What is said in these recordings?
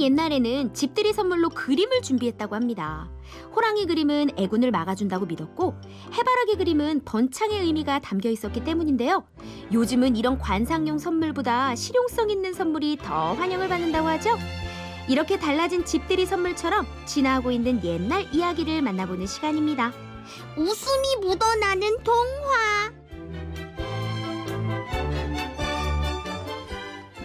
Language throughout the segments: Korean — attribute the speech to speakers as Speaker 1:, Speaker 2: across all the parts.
Speaker 1: 옛날에는 집들이 선물로 그림을 준비했다고 합니다. 호랑이 그림은 애군을 막아준다고 믿었고 해바라기 그림은 번창의 의미가 담겨 있었기 때문인데요. 요즘은 이런 관상용 선물보다 실용성 있는 선물이 더 환영을 받는다고 하죠. 이렇게 달라진 집들이 선물처럼 진화하고 있는 옛날 이야기를 만나보는 시간입니다.
Speaker 2: 웃음이 묻어나는 동화.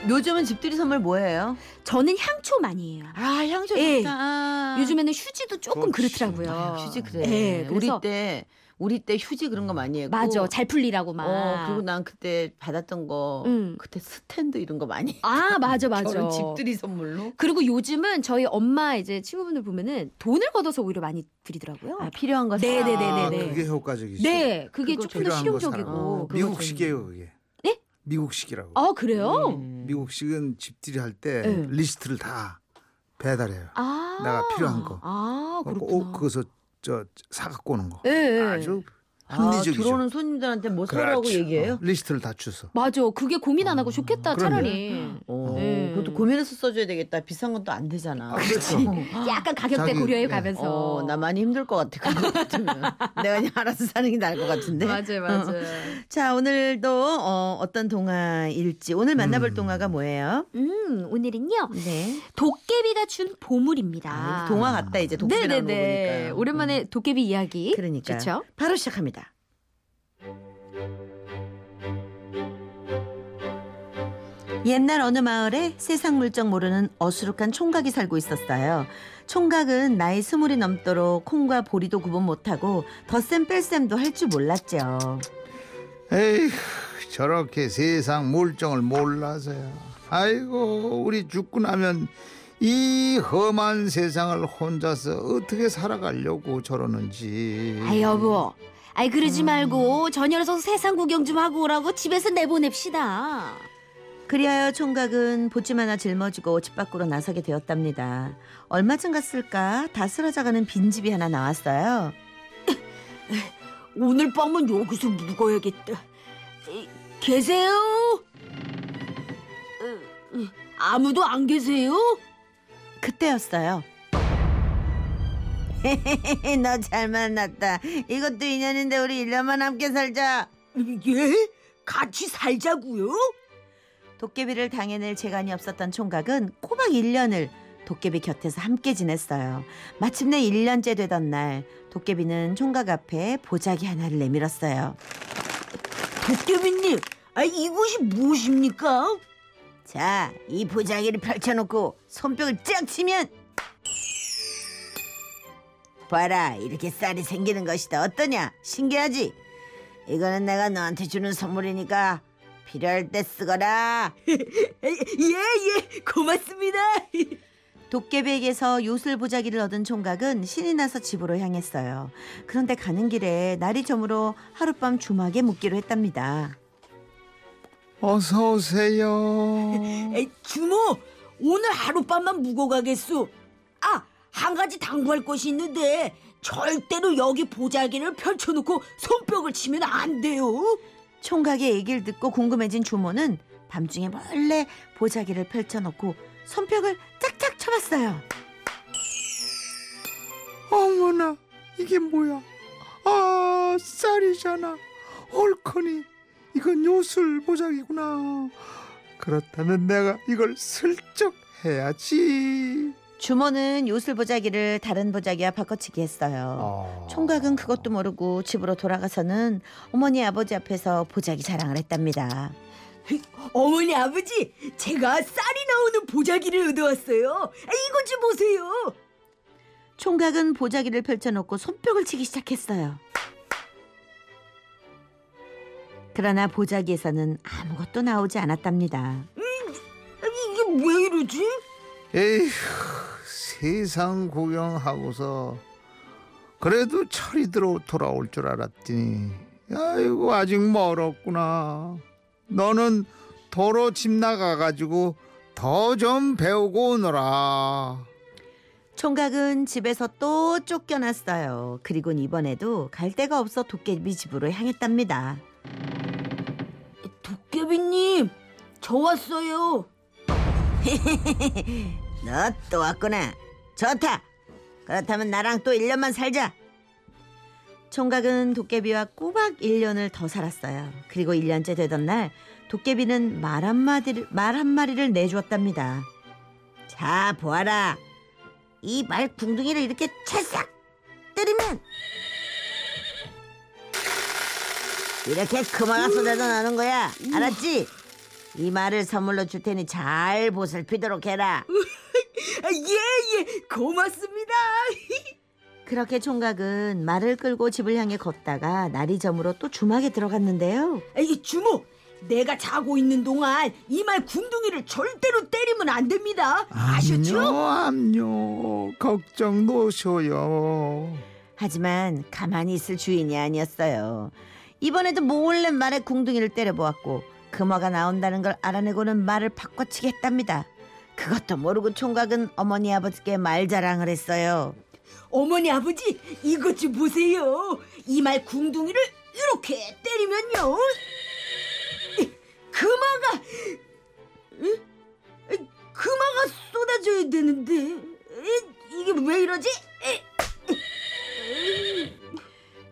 Speaker 3: 요즘은 집들이 선물 뭐예요?
Speaker 1: 저는 향초만이에요.
Speaker 3: 아 향수
Speaker 1: 예.
Speaker 3: 좋다.
Speaker 1: 요즘에는 휴지도 조금
Speaker 4: 그렇지.
Speaker 1: 그렇더라고요.
Speaker 3: 아, 휴지 그래.
Speaker 1: 예,
Speaker 3: 우리
Speaker 1: 그래서-
Speaker 3: 때 우리 때 휴지 그런 거 많이 했고.
Speaker 1: 맞아, 잘 풀리라고 막. 음.
Speaker 3: 어 그리고 난 그때 받았던 거
Speaker 1: 응.
Speaker 3: 그때 스탠드 이런 거 많이.
Speaker 1: 아 맞아 맞아.
Speaker 3: 저런 집들이 선물로.
Speaker 1: 그리고 요즘은 저희 엄마 이제 친구분들 보면은 돈을 걷어서 오히려 많이 드리더라고요.
Speaker 3: 아 필요한 거. 사.
Speaker 4: 아,
Speaker 1: 네네네네네.
Speaker 4: 그게 효과적이지.
Speaker 1: 네, 그게
Speaker 3: 그거
Speaker 1: 조금 더
Speaker 4: 필요한
Speaker 3: 거.
Speaker 4: 거 사는
Speaker 1: 실용적이고.
Speaker 3: 그거
Speaker 4: 미국식이에요 그게.
Speaker 1: 네?
Speaker 4: 미국식이라고.
Speaker 1: 아 그래요?
Speaker 3: 음.
Speaker 4: 미국식은 집들이 할 때
Speaker 1: 네.
Speaker 4: 리스트를 다 배달해요.
Speaker 1: 아
Speaker 4: 내가 필요한 거.
Speaker 1: 아 그렇구나.
Speaker 4: 꼭 그거서 저 사갖고 오는 거.
Speaker 1: 예, 예.
Speaker 4: 아주
Speaker 3: 아,
Speaker 4: 합리적이죠.
Speaker 3: 들어오는 손님들한테 뭐 사라고
Speaker 4: 그렇죠.
Speaker 3: 얘기해요?
Speaker 4: 리스트를 다 주서.
Speaker 1: 맞아. 그게 고민 안 하고 좋겠다.
Speaker 4: 그럼요.
Speaker 1: 차라리.
Speaker 3: 어,
Speaker 1: 음.
Speaker 3: 그것도 고민해서 써줘야 되겠다. 비싼 건 또 안 되잖아.
Speaker 4: 그렇죠.
Speaker 1: 약간 가격대
Speaker 4: 자기,
Speaker 1: 고려해
Speaker 4: 예.
Speaker 1: 가면서.
Speaker 3: 어, 나 많이 힘들 것 같아. 그거 같으면. 내가 그냥 알아서 사는 게 나을 것 같은데.
Speaker 1: 맞아요, 맞아요.
Speaker 3: 자, 오늘도 어, 어떤 동화일지 오늘 만나볼
Speaker 4: 음.
Speaker 3: 동화가 뭐예요?
Speaker 1: 음, 오늘은요.
Speaker 3: 네.
Speaker 1: 도깨비가 준 보물입니다.
Speaker 3: 아, 이제 동화 같다 이제 독서라는 거
Speaker 1: 네네네.
Speaker 3: 보니까. 음.
Speaker 1: 오랜만에 도깨비 이야기.
Speaker 3: 그러니까
Speaker 1: 좋죠?
Speaker 3: 바로 시작합니다. 옛날 어느 마을에 세상 물정 모르는 어수룩한 총각이 살고 있었어요. 총각은 나이 스물이 넘도록 콩과 보리도 구분 못하고 덧셈 뺄셈도 할 줄 몰랐죠.
Speaker 4: 아, 에이, 저렇게 세상 물정을 몰라서요. 아이고, 우리 죽고 나면 이 험한 세상을 혼자서 어떻게 살아가려고 저러는지.
Speaker 1: 아이 여보. 아이 그러지 말고 저 녀석 세상 구경 좀 하고 오라고 집에서 내보냅시다.
Speaker 3: 그리하여 총각은 보침 하나 짊어지고 집 밖으로 나서게 되었답니다. 얼마쯤 갔을까 다스라져가는 빈집이 하나 나왔어요.
Speaker 1: 오늘 밤은 여기서 묵어야겠다. 에, 계세요? 에, 에, 아무도 안 계세요?
Speaker 3: 그때였어요. 너 잘 만났다. 이것도 인연인데 우리 1년만 함께 살자.
Speaker 1: 예? 같이 살자고요?
Speaker 3: 도깨비를 당해낼 재간이 없었던 총각은 꼬박 1년을 도깨비 곁에서 함께 지냈어요. 마침내 1년째 되던 날 도깨비는 총각 앞에 보자기 하나를 내밀었어요.
Speaker 1: 도깨비님, 아 이곳이 무엇입니까?
Speaker 3: 자, 이 보자기를 펼쳐놓고 손뼉을 쫙 치면 봐라, 이렇게 쌀이 생기는 것이다. 어떠냐? 신기하지? 이거는 내가 너한테 주는 선물이니까 필요할 때 쓰거라.
Speaker 1: 예예, 고맙습니다.
Speaker 3: 도깨비에게서 요술 보자기를 얻은 총각은 신이 나서 집으로 향했어요. 그런데 가는 길에 날이 저물어 하룻밤 주막에 묵기로 했답니다.
Speaker 4: 어서 오세요.
Speaker 1: 주모, 오늘 하룻밤만 묵어가겠소. 아, 한 가지 당부할 것이 있는데 절대로 여기 보자기를 펼쳐놓고 손뼉을 치면 안 돼요.
Speaker 3: 총각의 얘기를 듣고 궁금해진 주모는 밤중에 몰래 보자기를 펼쳐놓고 손뼉을 짝짝 쳐봤어요.
Speaker 4: 어머나, 이게 뭐야? 아, 쌀이잖아. 헐커니, 이건 요술 보자기구나. 그렇다면 내가 이걸 슬쩍 해야지.
Speaker 3: 주모는 요술 보자기를 다른 보자기와 바꿔치기 했어요.
Speaker 4: 아.
Speaker 3: 총각은 그것도 모르고 집으로 돌아가서는 어머니 아버지 앞에서 보자기 자랑을 했답니다.
Speaker 1: 어머니 아버지 제가 쌀이 나오는 보자기를 얻어왔어요 아, 이거 좀 보세요
Speaker 3: 총각은 보자기를 펼쳐놓고 손뼉을 치기 시작했어요. 그러나 보자기에서는 아무것도 나오지 않았답니다.
Speaker 1: 이게 왜 이러지?
Speaker 4: 에휴, 세상 구경하고서 그래도 철이 들어 돌아올 줄 알았더니 아이고 아직 멀었구나. 너는 도로 집 나가가지고 더 좀 배우고 오너라.
Speaker 3: 총각은 집에서 또 쫓겨났어요. 그리고 이번에도 갈 데가 없어 도깨비 집으로 향했답니다.
Speaker 1: 도깨비님 저 왔어요
Speaker 3: 너 또 왔구나. 좋다. 그렇다면 나랑 또 1년만 살자. 총각은 도깨비와 꼬박 1년을 더 살았어요. 그리고 1년째 되던 날 도깨비는 말 한마디를 말 한마리를 내주었답니다. 자, 보아라. 이 말 궁둥이를 이렇게 찰싹 때리면 이렇게 그만한 소리도 나는 거야. 알았지? 이 말을 선물로 줄 테니 잘 보살피도록 해라.
Speaker 1: 아,
Speaker 5: 예예 고맙습니다.
Speaker 3: 그렇게 총각은 말을 끌고 집을 향해 걷다가 날이 저물어 또 주막에 들어갔는데요.
Speaker 5: 이 주모 내가 자고 있는 동안 이 말 궁둥이를 절대로 때리면 안 됩니다. 아셨죠?
Speaker 4: 암요 암요 걱정 노셔요.
Speaker 3: 하지만 가만히 있을 주인이 아니었어요. 이번에도 몰래 말의 궁둥이를 때려보았고 금어가 나온다는 걸 알아내고는 말을 바꿔치기 했답니다. 그것도 모르고 총각은 어머니 아버지께 말 자랑을 했어요.
Speaker 5: 어머니 아버지 이것 좀 보세요. 이 말 궁둥이를 이렇게 때리면요. 이, 금화가 에? 에, 금화가 쏟아져야 되는데 에, 이게 왜 이러지? 에,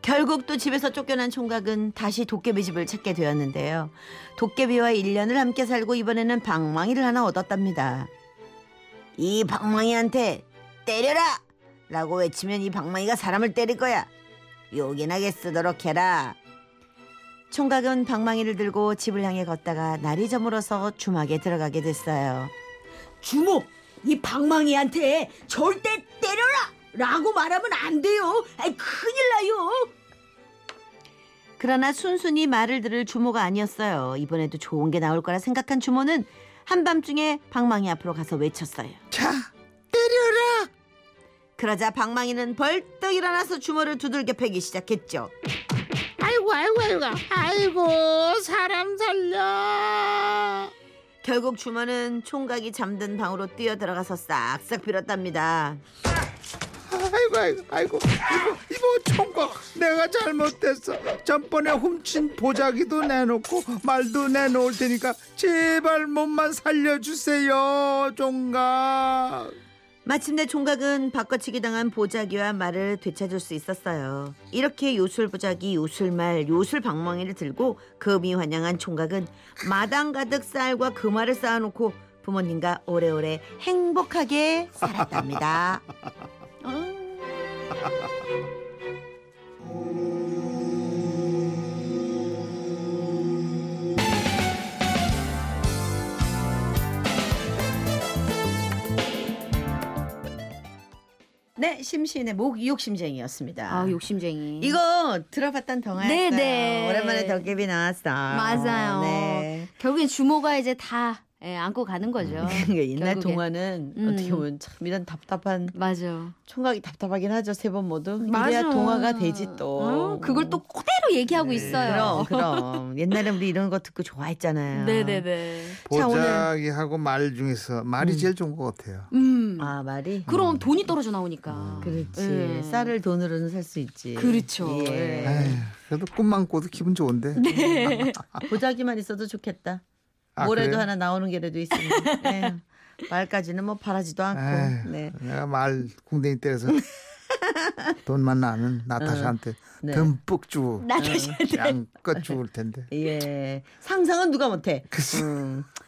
Speaker 3: 결국 또 집에서 쫓겨난 총각은 다시 도깨비 집을 찾게 되었는데요. 도깨비와 1년을 함께 살고 이번에는 방망이를 하나 얻었답니다. 이 방망이한테 때려라! 라고 외치면 이 방망이가 사람을 때릴 거야. 요긴하게 쓰도록 해라. 총각은 방망이를 들고 집을 향해 걷다가 날이 저물어서 주막에 들어가게 됐어요.
Speaker 5: 주모 이 방망이한테 절대 때려라 라고 말하면 안 돼요. 아이, 큰일 나요.
Speaker 3: 그러나 순순히 말을 들을 주모가 아니었어요. 이번에도 좋은 게 나올 거라 생각한 주모는 한밤중에 방망이 앞으로 가서 외쳤어요.
Speaker 4: 자,
Speaker 3: 그러자 방망이는 벌떡 일어나서 주모를 두들겨 패기 시작했죠.
Speaker 2: 아이고 아이고 아이고 아이고 사람 살려.
Speaker 3: 결국 주모는 총각이 잠든 방으로 뛰어 들어가서 싹싹 빌었답니다.
Speaker 4: 아이고 아이고 아이고 이거 이거 총각 내가 잘못했어. 전번에 훔친 보자기도 내놓고 말도 내놓을 테니까 제발 몸만 살려주세요, 총각.
Speaker 3: 마침내 총각은 바꿔치기 당한 보자기와 말을 되찾을 수 있었어요. 이렇게 요술 보자기, 요술 말, 요술 방망이를 들고 금이 환영한 총각은 마당 가득 쌀과 금화를 쌓아놓고 부모님과 오래오래 행복하게 살았답니다. 네, 심시인의 목욕 심쟁이었습니다.
Speaker 1: 아 욕심쟁이.
Speaker 3: 이거 들어봤던 동화였어요.
Speaker 1: 네, 네.
Speaker 3: 오랜만에 도깨비 나왔어.
Speaker 1: 맞아요.
Speaker 3: 네.
Speaker 1: 결국엔 주모가 이제 다 예, 안고 가는 거죠.
Speaker 3: 그
Speaker 6: 옛날
Speaker 1: 결국엔.
Speaker 6: 동화는
Speaker 1: 음.
Speaker 6: 어떻게 보면 참 이런 답답한
Speaker 1: 맞아.
Speaker 6: 총각이 답답하긴 하죠 세 번 모두
Speaker 1: 맞아.
Speaker 6: 이래야 동화가 되지 또 음,
Speaker 1: 어, 그걸 또 그대로 얘기하고
Speaker 4: 네.
Speaker 1: 있어요.
Speaker 6: 그럼.
Speaker 3: 그럼 옛날에 우리 이런 거 듣고 좋아했잖아요.
Speaker 1: 네네네.
Speaker 3: 자, 오늘-
Speaker 4: 보자기하고 말 중에서 말이 제일 좋은 것 같아요.
Speaker 1: 음.
Speaker 3: 아 말이
Speaker 1: 그럼 돈이 떨어져 나오니까.
Speaker 6: 그렇지
Speaker 1: 예.
Speaker 6: 쌀을 돈으로는 살 수 있지
Speaker 1: 그렇죠.
Speaker 6: 예.
Speaker 1: 예.
Speaker 3: 네.
Speaker 4: 에휴, 그래도 꿈만 꿔도 기분 좋은데.
Speaker 6: 아, 보자기만 있어도 좋겠다
Speaker 4: 아,
Speaker 6: 뭐래도
Speaker 4: 그래요?
Speaker 6: 하나 나오는 게라도 있으면 예. 말까지는 뭐 바라지도 않고
Speaker 4: 에휴,
Speaker 6: 네.
Speaker 4: 내가 말 궁뎅이 때려서 돈만 나는 나타샤한테
Speaker 6: 네.
Speaker 4: 듬뿍 주고
Speaker 1: 나다시
Speaker 4: 양껏 죽을 텐데.
Speaker 6: 예 상상은 누가 못해 음.